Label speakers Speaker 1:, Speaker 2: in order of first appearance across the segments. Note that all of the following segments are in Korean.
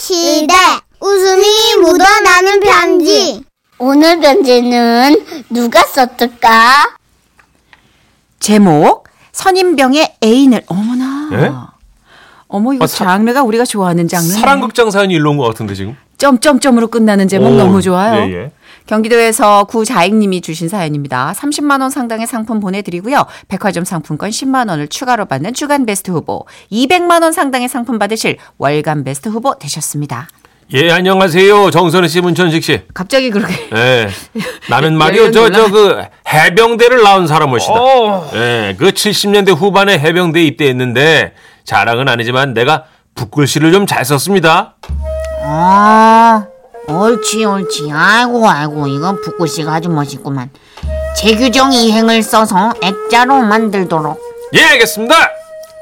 Speaker 1: 시대 웃음이 묻어나는 편지 오늘 편지는 누가 썼을까?
Speaker 2: 제목 선임병의 애인을 어머나.
Speaker 3: 예?
Speaker 2: 어머 이거
Speaker 3: 아, 사-
Speaker 2: 장르가 우리가 좋아하는 장르.
Speaker 3: 사랑극장 사연이 일로 온 것 같은데 지금.
Speaker 2: 점점점으로 끝나는 제목
Speaker 3: 오,
Speaker 2: 너무 좋아요.
Speaker 3: 예, 예.
Speaker 2: 경기도에서 구자익님이 주신 사연입니다. 30만 원 상당의 상품 보내드리고요. 백화점 상품권 10만 원을 추가로 받는 주간 베스트 후보, 200만 원 상당의 상품 받으실 월간 베스트 후보 되셨습니다.
Speaker 3: 예, 안녕하세요. 정선우 씨, 문천식 씨.
Speaker 2: 갑자기 그렇게
Speaker 3: 예. 나는
Speaker 2: 열려
Speaker 3: 말이요. 저,
Speaker 2: 놀라.
Speaker 3: 저, 그, 해병대를 나온 사람 옷이다.
Speaker 2: 어.
Speaker 3: 예, 그 70년대 후반에 해병대에 입대했는데 자랑은 아니지만 내가 북글씨를 좀 잘 썼습니다.
Speaker 4: 아, 옳지, 옳지. 아이고, 아이고, 이건 북구씨가 아주 멋있구만. 재규정 이행을 써서 액자로 만들도록.
Speaker 3: 예, 알겠습니다.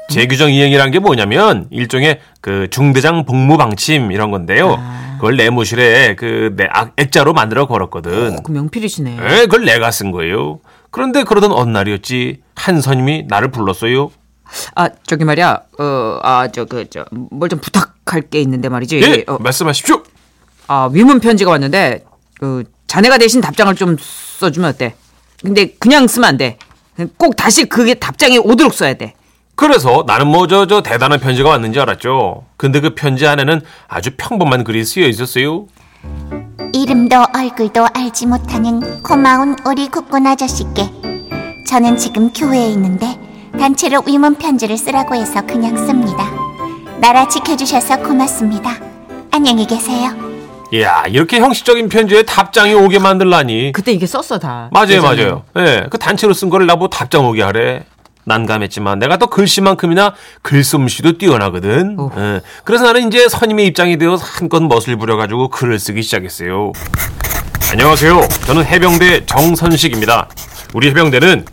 Speaker 3: 재규정 이행이란 게 뭐냐면 일종의 그 중대장 복무 방침 이런 건데요.
Speaker 2: 아.
Speaker 3: 그걸 내무실에 그 내- 아, 액자로 만들어 걸었거든.
Speaker 2: 그 명필이시네.
Speaker 3: 에, 예, 그걸 내가 쓴 거예요. 그런데 그러던 어느 날이었지 한 선임이 나를 불렀어요.
Speaker 2: 아 저기 말이야, 어, 아, 어아저그저뭘 좀 부탁할 게 있는데 말이지.
Speaker 3: 예,
Speaker 2: 어,
Speaker 3: 말씀하십시오.
Speaker 2: 아 위문 편지가 왔는데 그 자네가 대신 답장을 좀 써주면 어때? 근데 그냥 쓰면 안 돼. 꼭 다시 그게 답장이 오도록 써야 돼.
Speaker 3: 그래서 나는 뭐 저 저 대단한 편지가 왔는지 알았죠. 근데 그 편지 안에는 아주 평범한 글이 쓰여 있었어요.
Speaker 5: 이름도 얼굴도 알지 못하는 고마운 우리 국군 아저씨께 저는 지금 교회에 있는데 단체로 위문 편지를 쓰라고 해서 그냥 씁니다. 나라 지켜주셔서 고맙습니다. 안녕히 계세요.
Speaker 3: 이야 이렇게 형식적인 편지에 답장이 오게 만들라니.
Speaker 2: 그때 이게 썼어 다.
Speaker 3: 맞아요, 맞아요. 예, 그 단체로 쓴 거를 나보고 답장 오게 하래. 난감했지만 내가 또 글씨만큼이나 글솜씨도 뛰어나거든.
Speaker 2: 오호.
Speaker 3: 예, 그래서 나는 이제 선임의 입장이 되어 한껏 멋을 부려가지고 글을 쓰기 시작했어요. 안녕하세요. 저는 해병대 정선식입니다. 우리 해병대는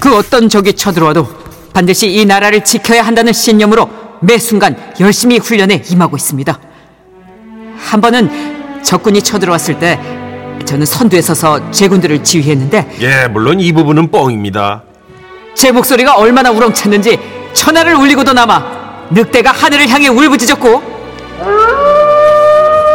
Speaker 2: 그 어떤 적이 쳐들어와도 반드시 이 나라를 지켜야 한다는 신념으로 매 순간 열심히 훈련에 임하고 있습니다. 한 번은 적군이 쳐들어왔을 때 저는 선두에 서서 제군들을 지휘했는데
Speaker 3: 예, 물론 이 부분은 뻥입니다.
Speaker 2: 제 목소리가 얼마나 우렁찼는지 천하를 울리고도 남아 늑대가 하늘을 향해 울부짖었고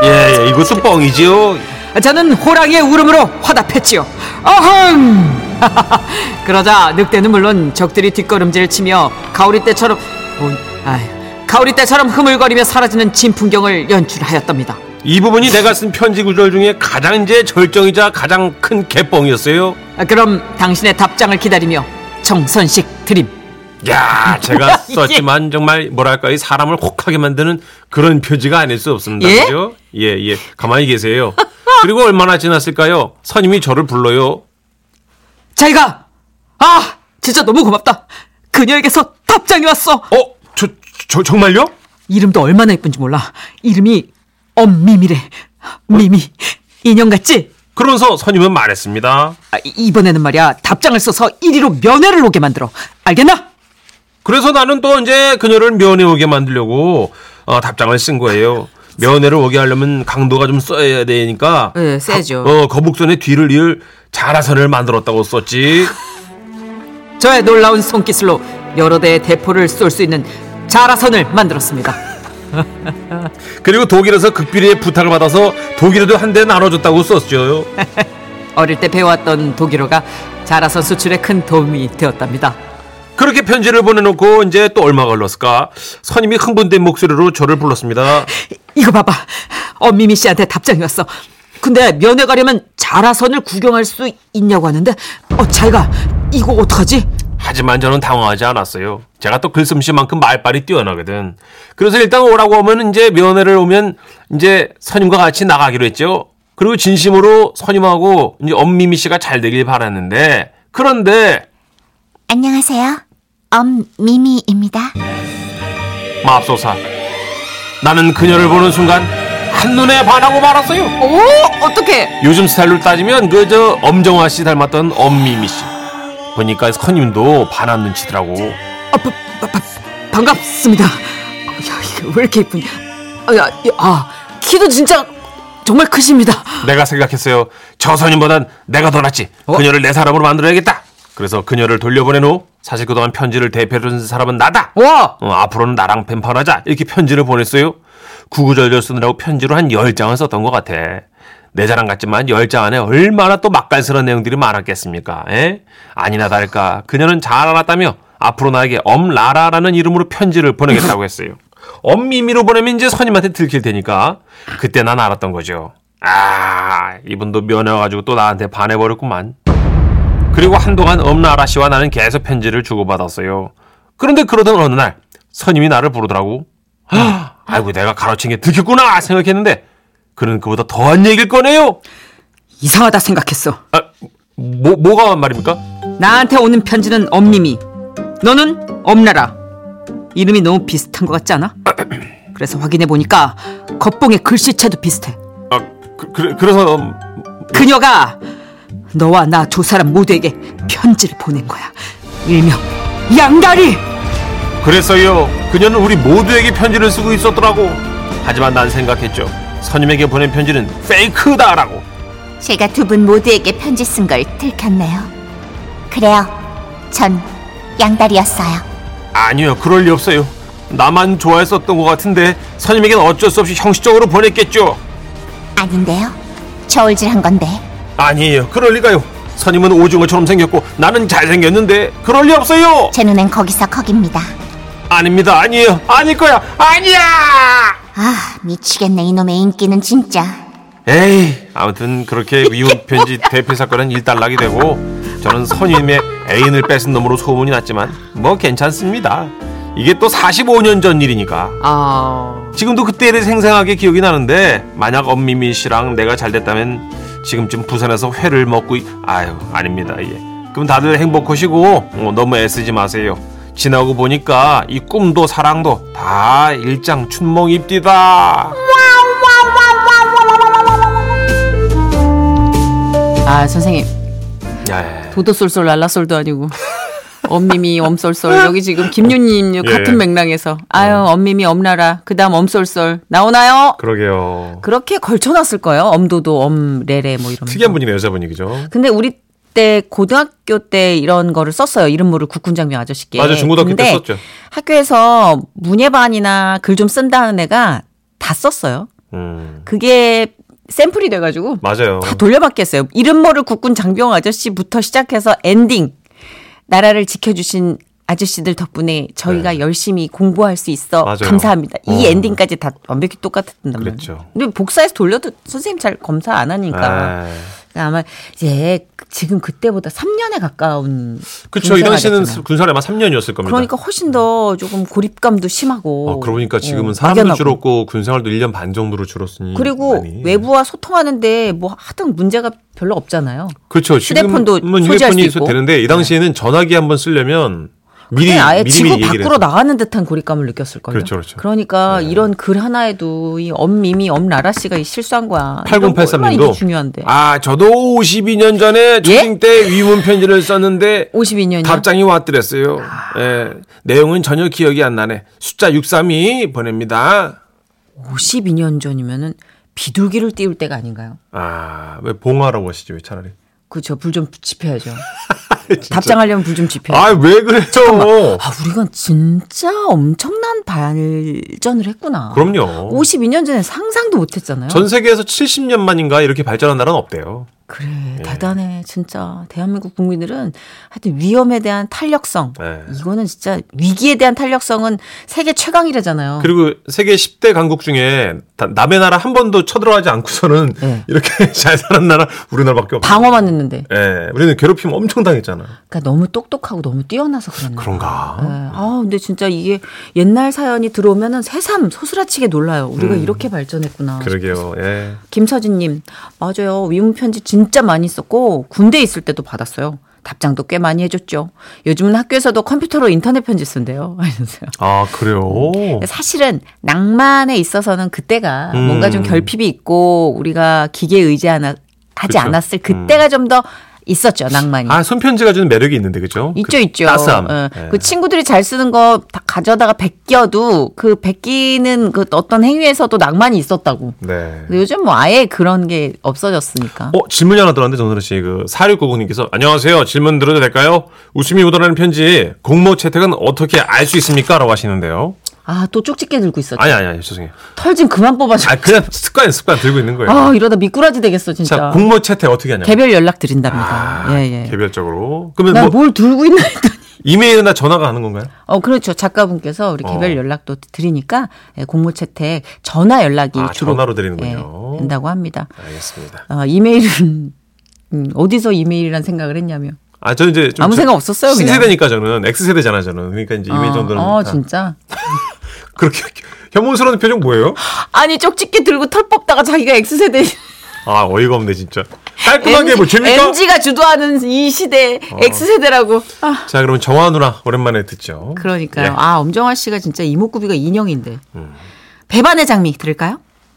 Speaker 3: 예, 예, 이것도 뻥이지요.
Speaker 2: 저는 호랑이의 울음으로 화답했지요. 어흥! 그러자 늑대는 물론 적들이 뒷걸음질을 치며 가오리 때처럼 어, 아유, 가오리 때처럼 흐물거리며 사라지는 진풍경을 연출하였답니다.
Speaker 3: 이 부분이 내가 쓴 편지 구절 중에 가장 이제 절정이자 가장 큰 개뻥이었어요.
Speaker 2: 아, 그럼 당신의 답장을 기다리며 정선식 드림.
Speaker 3: 야, 제가
Speaker 2: 예.
Speaker 3: 썼지만 정말 뭐랄까 이 사람을 혹하게 만드는 그런 표지가 아닐 수 없습니다.
Speaker 2: 예?
Speaker 3: 그죠? 예, 예. 가만히 계세요. 그리고 얼마나 지났을까요? 선임이 저를 불러요.
Speaker 2: 자기가 아 진짜 너무 고맙다. 그녀에게서 답장이 왔어.
Speaker 3: 어, 저, 저 정말요?
Speaker 2: 이름도 얼마나 예쁜지 몰라. 이름이 엄미미래. 미미. 인형 같지?
Speaker 3: 그러면서 선임은 말했습니다.
Speaker 2: 아, 이- 이번에는 말이야 답장을 써서 1위로 면회를 오게 만들어. 알겠나?
Speaker 3: 그래서 나는 또 이제 그녀를 면회 오게 만들려고 어, 답장을 쓴 거예요. 면회를 오게 하려면 강도가 좀 써야 되니까.
Speaker 2: 예, 세죠.
Speaker 3: 거- 어, 거북선의 뒤를 이을 자라선을 만들었다고 썼지.
Speaker 2: 저의 놀라운 손기술로 여러 대의 대포를 쏠 수 있는 자라선을 만들었습니다.
Speaker 3: 그리고 독일에서 극비리의 부탁을 받아서 독일에도 한 대 나눠줬다고 썼죠.
Speaker 2: 어릴 때 배워왔던 독일어가 자라선 수출에 큰 도움이 되었답니다.
Speaker 3: 그렇게 편지를 보내놓고 이제 또 얼마 걸렸을까? 선임이 흥분된 목소리로 저를 불렀습니다.
Speaker 2: 이거 봐봐. 엄미미 씨한테 답장이 왔어. 근데 면회 가려면 자라선을 구경할 수 있냐고 하는데 어 자기가 이거 어떡하지?
Speaker 3: 하지만 저는 당황하지 않았어요. 제가 또 글솜씨만큼 말빨이 뛰어나거든. 그래서 일단 오라고 하면 이제 면회를 오면 이제 선임과 같이 나가기로 했죠. 그리고 진심으로 선임하고 이제 엄미미 씨가 잘 되길 바랐는데 그런데
Speaker 5: 안녕하세요. 엄미미입니다.
Speaker 3: 맙소사 나는 그녀를 보는 순간 한눈에 반하고 말았어요.
Speaker 2: 오 어떡해?
Speaker 3: 요즘 스타일로 따지면 그 저 엄정화 씨 닮았던 엄미미 씨 보니까 선임도 반한 눈치더라고
Speaker 2: 아, 바, 바, 바, 반갑습니다. 야, 이거 왜 이렇게 예쁘냐? 아, 야, 야, 아, 키도 진짜 정말 크십니다.
Speaker 3: 내가 생각했어요 저 선임보단 내가 더 낫지 그녀를 내 사람으로 만들어야겠다 그래서 그녀를 돌려보낸 후 사실 그동안 편지를 대표해준 사람은 나다
Speaker 2: 와,
Speaker 3: 어, 앞으로는 나랑 뱀판하자 이렇게 편지를 보냈어요 구구절절 쓰느라고 편지로 한 10장을 썼던 것 같아. 내 자랑 같지만 10장 안에 얼마나 또 맛깔스러운 내용들이 많았겠습니까? 에? 아니나 다를까 그녀는 잘 알았다며 앞으로 나에게 엄라라라는 이름으로 편지를 보내겠다고 했어요. 엄미미로 보내면 이제 선임한테 들킬 테니까 그때 난 알았던 거죠. 아 이분도 면해가지고 또 나한테 반해버렸구만. 그리고 한동안 엄나라 씨와 나는 계속 편지를 주고받았어요. 그런데 그러던 어느 날 선임이 나를 부르더라고. "헉, 아이고 내가 가로챈 게 들켰구나 생각했는데 그는 그보다 더한 얘기를 꺼내요.
Speaker 6: 이상하다 생각했어.
Speaker 3: 아, 뭐, 뭐가 말입니까?
Speaker 6: 나한테 오는 편지는 엄님이 너는 엄나라 이름이 너무 비슷한 것 같지 않아? 그래서 확인해 보니까 겉봉의 글씨체도 비슷해
Speaker 3: 아, 그, 그래, 그래서 음,
Speaker 6: 그녀가 너와 나 두 사람 모두에게 편지를 보낸 거야 일명 양다리
Speaker 3: 그랬어요. 그녀는 우리 모두에게 편지를 쓰고 있었더라고. 하지만 난 생각했죠. 선임에게 보낸 편지는 페이크다라고.
Speaker 5: 제가 두 분 모두에게 편지 쓴 걸 들켰나요? 그래요. 전 양다리였어요.
Speaker 3: 아니요, 그럴 리 없어요. 나만 좋아했었던 것 같은데 선임에겐 어쩔 수 없이 형식적으로 보냈겠죠.
Speaker 5: 아닌데요. 저울질 한 건데.
Speaker 3: 아니에요, 그럴 리가요. 선임은 오징어처럼 생겼고 나는 잘생겼는데 그럴 리 없어요.
Speaker 5: 제 눈엔 거기서 거깁니다.
Speaker 3: 아닙니다, 아니에요, 아닐 거야, 아니야.
Speaker 5: 아, 미치겠네. 이놈의 인기는 진짜.
Speaker 3: 에이, 아무튼 그렇게 미운 편지 대필 사건은 일단락이 되고 저는 선임의 애인을 뺏은 놈으로 소문이 났지만 뭐 괜찮습니다. 이게 또 45년 전 일이니까
Speaker 6: 아...
Speaker 3: 지금도 그때를 생생하게 기억이 나는데 만약 엄미미 씨랑 내가 잘 됐다면 지금쯤 부산에서 회를 먹고 있- 아유 아닙니다 예. 그럼 다들 행복하시고 어, 너무 애쓰지 마세요 지나고 보니까 이 꿈도 사랑도 다 일장 춘몽입디다
Speaker 2: 아 선생님
Speaker 3: 예.
Speaker 2: 도도솔솔 랄라솔도 아니고 엄미미 엄솔솔 여기 지금 김윤님
Speaker 3: 예. 어.
Speaker 2: 같은 맥락에서 아유 엄미미 엄나라 그다음 엄솔솔 나오나요?
Speaker 3: 그러게요
Speaker 2: 그렇게 걸쳐놨을 거예요. 엄도도 엄레레 뭐 이런.
Speaker 3: 특이한 분이네요 여자분이 그죠
Speaker 2: 근데 우리 때 고등학교 때 이런 거를 썼어요. 이름 모를 국군장병 아저씨께.
Speaker 3: 맞아, 중고등학교 때
Speaker 2: 근데
Speaker 3: 썼죠.
Speaker 2: 학교에서 문예반이나 글 좀 쓴다는 애가 다 썼어요.
Speaker 3: 음
Speaker 2: 그게 샘플이 돼가지고
Speaker 3: 맞아요
Speaker 2: 다 돌려받게 했어요. 이름 모를 국군 장병 아저씨부터 시작해서 엔딩. 나라를 지켜주신 아저씨들 덕분에 저희가 열심히 공부할 수 있어
Speaker 3: 네. 맞아요.
Speaker 2: 감사합니다. 이
Speaker 3: 어.
Speaker 2: 엔딩까지 다 완벽히 똑같았단 말이에요.
Speaker 3: 그랬죠.
Speaker 2: 근데 복사해서 돌려도 선생님 잘 검사 안 하니까 그러니까
Speaker 3: 아,
Speaker 2: 아마 이제 지금 그때보다 3년에 가까운
Speaker 3: 그쵸 이 당시는
Speaker 2: 군생활이었잖아요.
Speaker 3: 군사를 아마 3년이었을 겁니다
Speaker 2: 그러니까 훨씬 더 조금 고립감도 심하고
Speaker 3: 어, 그러고 보니까 지금은
Speaker 2: 어,
Speaker 3: 사람도
Speaker 2: 막연하고.
Speaker 3: 줄었고 군생활도 1년 반 정도로 줄었으니
Speaker 2: 그리고
Speaker 3: 많이.
Speaker 2: 외부와 소통하는데 뭐 하등 문제가 별로 없잖아요.
Speaker 3: 그렇죠.
Speaker 2: 휴대폰도
Speaker 3: 지금은
Speaker 2: 소지할 수
Speaker 3: 휴대폰이
Speaker 2: 있고. 네.
Speaker 3: 되는데 이 당시에는 전화기 한번 쓰려면 미리
Speaker 2: 그냥 네, 아예
Speaker 3: 미리
Speaker 2: 지구
Speaker 3: 미리 얘기를
Speaker 2: 밖으로
Speaker 3: 해서.
Speaker 2: 나가는 듯한 고립감을 느꼈을 거예요.
Speaker 3: 그렇죠, 그렇죠.
Speaker 2: 니까 이런 글 하나에도 이 엄미미 엄라라 씨가 이 실수한 거야. 이런 거 얼마나 이게
Speaker 3: 8083님도
Speaker 2: 중요한데. 예?
Speaker 3: 아 저도 52년 전에 초딩 때 위문 편지를 썼는데
Speaker 2: 52년이요? 아.
Speaker 3: 답장이 왔더랬어요. 예, 내용은 전혀 기억이 안 나네. 숫자 632 보냅니다.
Speaker 2: 52년 전이면은 비둘기를 띄울 때가 아닌가요?
Speaker 3: 아왜 봉화라고 하시지 왜 차라리?
Speaker 2: 그저 불 좀 지펴야죠. 답장하려면 불 좀 지펴. 아,
Speaker 3: 아 왜 그래요?
Speaker 2: 아, 우리가 진짜 엄청난 발전을 했구나.
Speaker 3: 그럼요.
Speaker 2: 52년 전에 상상도 못 했잖아요.
Speaker 3: 전 세계에서 70년 만인가 이렇게 발전한 나라는 없대요.
Speaker 2: 그래
Speaker 3: 네.
Speaker 2: 대단해 진짜 대한민국 국민들은 하여튼 위험에 대한 탄력성
Speaker 3: 네.
Speaker 2: 이거는 진짜 위기에 대한 탄력성은 세계 최강이라잖아요.
Speaker 3: 그리고 세계 10대 강국 중에 다- 남의 나라 한 번도 쳐들어가지 않고서는
Speaker 2: 네.
Speaker 3: 이렇게 잘 사는 나라 우리나라밖에 없어요.
Speaker 2: 방어만 했는데
Speaker 3: 예, 우리는 괴롭힘 엄청 당했잖아.
Speaker 2: 그러니까 너무 똑똑하고 너무 뛰어나서 그랬나. 네.
Speaker 3: 그런가?
Speaker 2: 아 근데 진짜 이게 옛날 사연이 들어오면은 새삼 소스라치게 놀라요. 우리가 이렇게 발전했구나.
Speaker 3: 음. 그러게요. 예.
Speaker 2: 김서진님 맞아요. 위문 편지 진짜 많이 썼고 군대 에 있을 때도 받았어요. 답장도 꽤 많이 해줬죠. 요즘은 학교에서도 컴퓨터로 인터넷 편지 쓴대요. 하셨어요.
Speaker 3: 아 그래요.
Speaker 2: 사실은 낭만에 있어서는 그때가
Speaker 3: 음.
Speaker 2: 뭔가 좀 결핍이 있고 우리가 기계에 의지하지
Speaker 3: 그쵸. 음.
Speaker 2: 않았을 그때가 좀 더 있었죠 낭만이.
Speaker 3: 아 손편지가 주는 매력이 있는데 그죠?
Speaker 2: 있죠,
Speaker 3: 그
Speaker 2: 있죠.
Speaker 3: 따스함.
Speaker 2: 예.
Speaker 3: 예.
Speaker 2: 그 친구들이 잘 쓰는 거 다 가져다가 베껴도 그 베끼는 그 어떤 행위에서도 낭만이 있었다고.
Speaker 3: 네.
Speaker 2: 근데 요즘 뭐 아예 그런 게 없어졌으니까.
Speaker 3: 어 질문이 하나 들어왔는데 정선우 씨그 4699님께서 안녕하세요 질문 드려도 될까요? 웃음이 묻어나는 편지 공모 채택은 어떻게 알 수 있습니까?라고 하시는데요.
Speaker 2: 아, 또 쪽집게 들고 있었죠.
Speaker 3: 아니 아니 아니 죄송해요.
Speaker 2: 털 좀 그만 뽑아줘.
Speaker 3: 아 그냥 습관 습관 들고 있는 거예요.
Speaker 2: 아, 이러다 미꾸라지 되겠어, 진짜.
Speaker 3: 자 공모 채택 어떻게 하냐?
Speaker 2: 개별 연락 드린답니다. 예, 예.
Speaker 3: 개별적으로. 그러면
Speaker 2: 나
Speaker 3: 뭐
Speaker 2: 뭘 들고 있나 했더니.
Speaker 3: 이메일이나 전화가 가는 건가요?
Speaker 2: 어, 그렇죠. 작가분께서 우리 개별
Speaker 3: 어.
Speaker 2: 연락도 드리니까 예, 공모 채택 전화 연락이
Speaker 3: 아,
Speaker 2: 주로
Speaker 3: 전화로 드리는군요.
Speaker 2: 예, 된다고 합니다.
Speaker 3: 알겠습니다.
Speaker 2: 아, 이메일은 음, 어디서 이메일이란 생각을 했냐며.
Speaker 3: 아 저는 이제 좀
Speaker 2: 아무
Speaker 3: 저-
Speaker 2: 생각 없었어요, 그냥.
Speaker 3: 신세대니까 저는 X 세대잖아 저는. 그러니까 이제 이메일
Speaker 2: 아,
Speaker 3: 정도는
Speaker 2: 어,
Speaker 3: 다
Speaker 2: 진짜.
Speaker 3: 그렇게 혐오스러운 표정 뭐예요?
Speaker 2: 아니 쪽집게 들고 털 뽑다가 자기가 X 세대
Speaker 3: 아 어이가 없네 진짜. 깔끔하게 어. 뭐 재밌까?
Speaker 2: MG가 주도하는 이 시대 X 세대라고. 아,
Speaker 3: 자 그러면 정화 누나 오랜만에 듣죠.
Speaker 2: 그러니까요.
Speaker 3: 예. 음.
Speaker 2: 아 엄정화 씨가 진짜 이목구비가 인형인데. 배반의 장미 들을까요?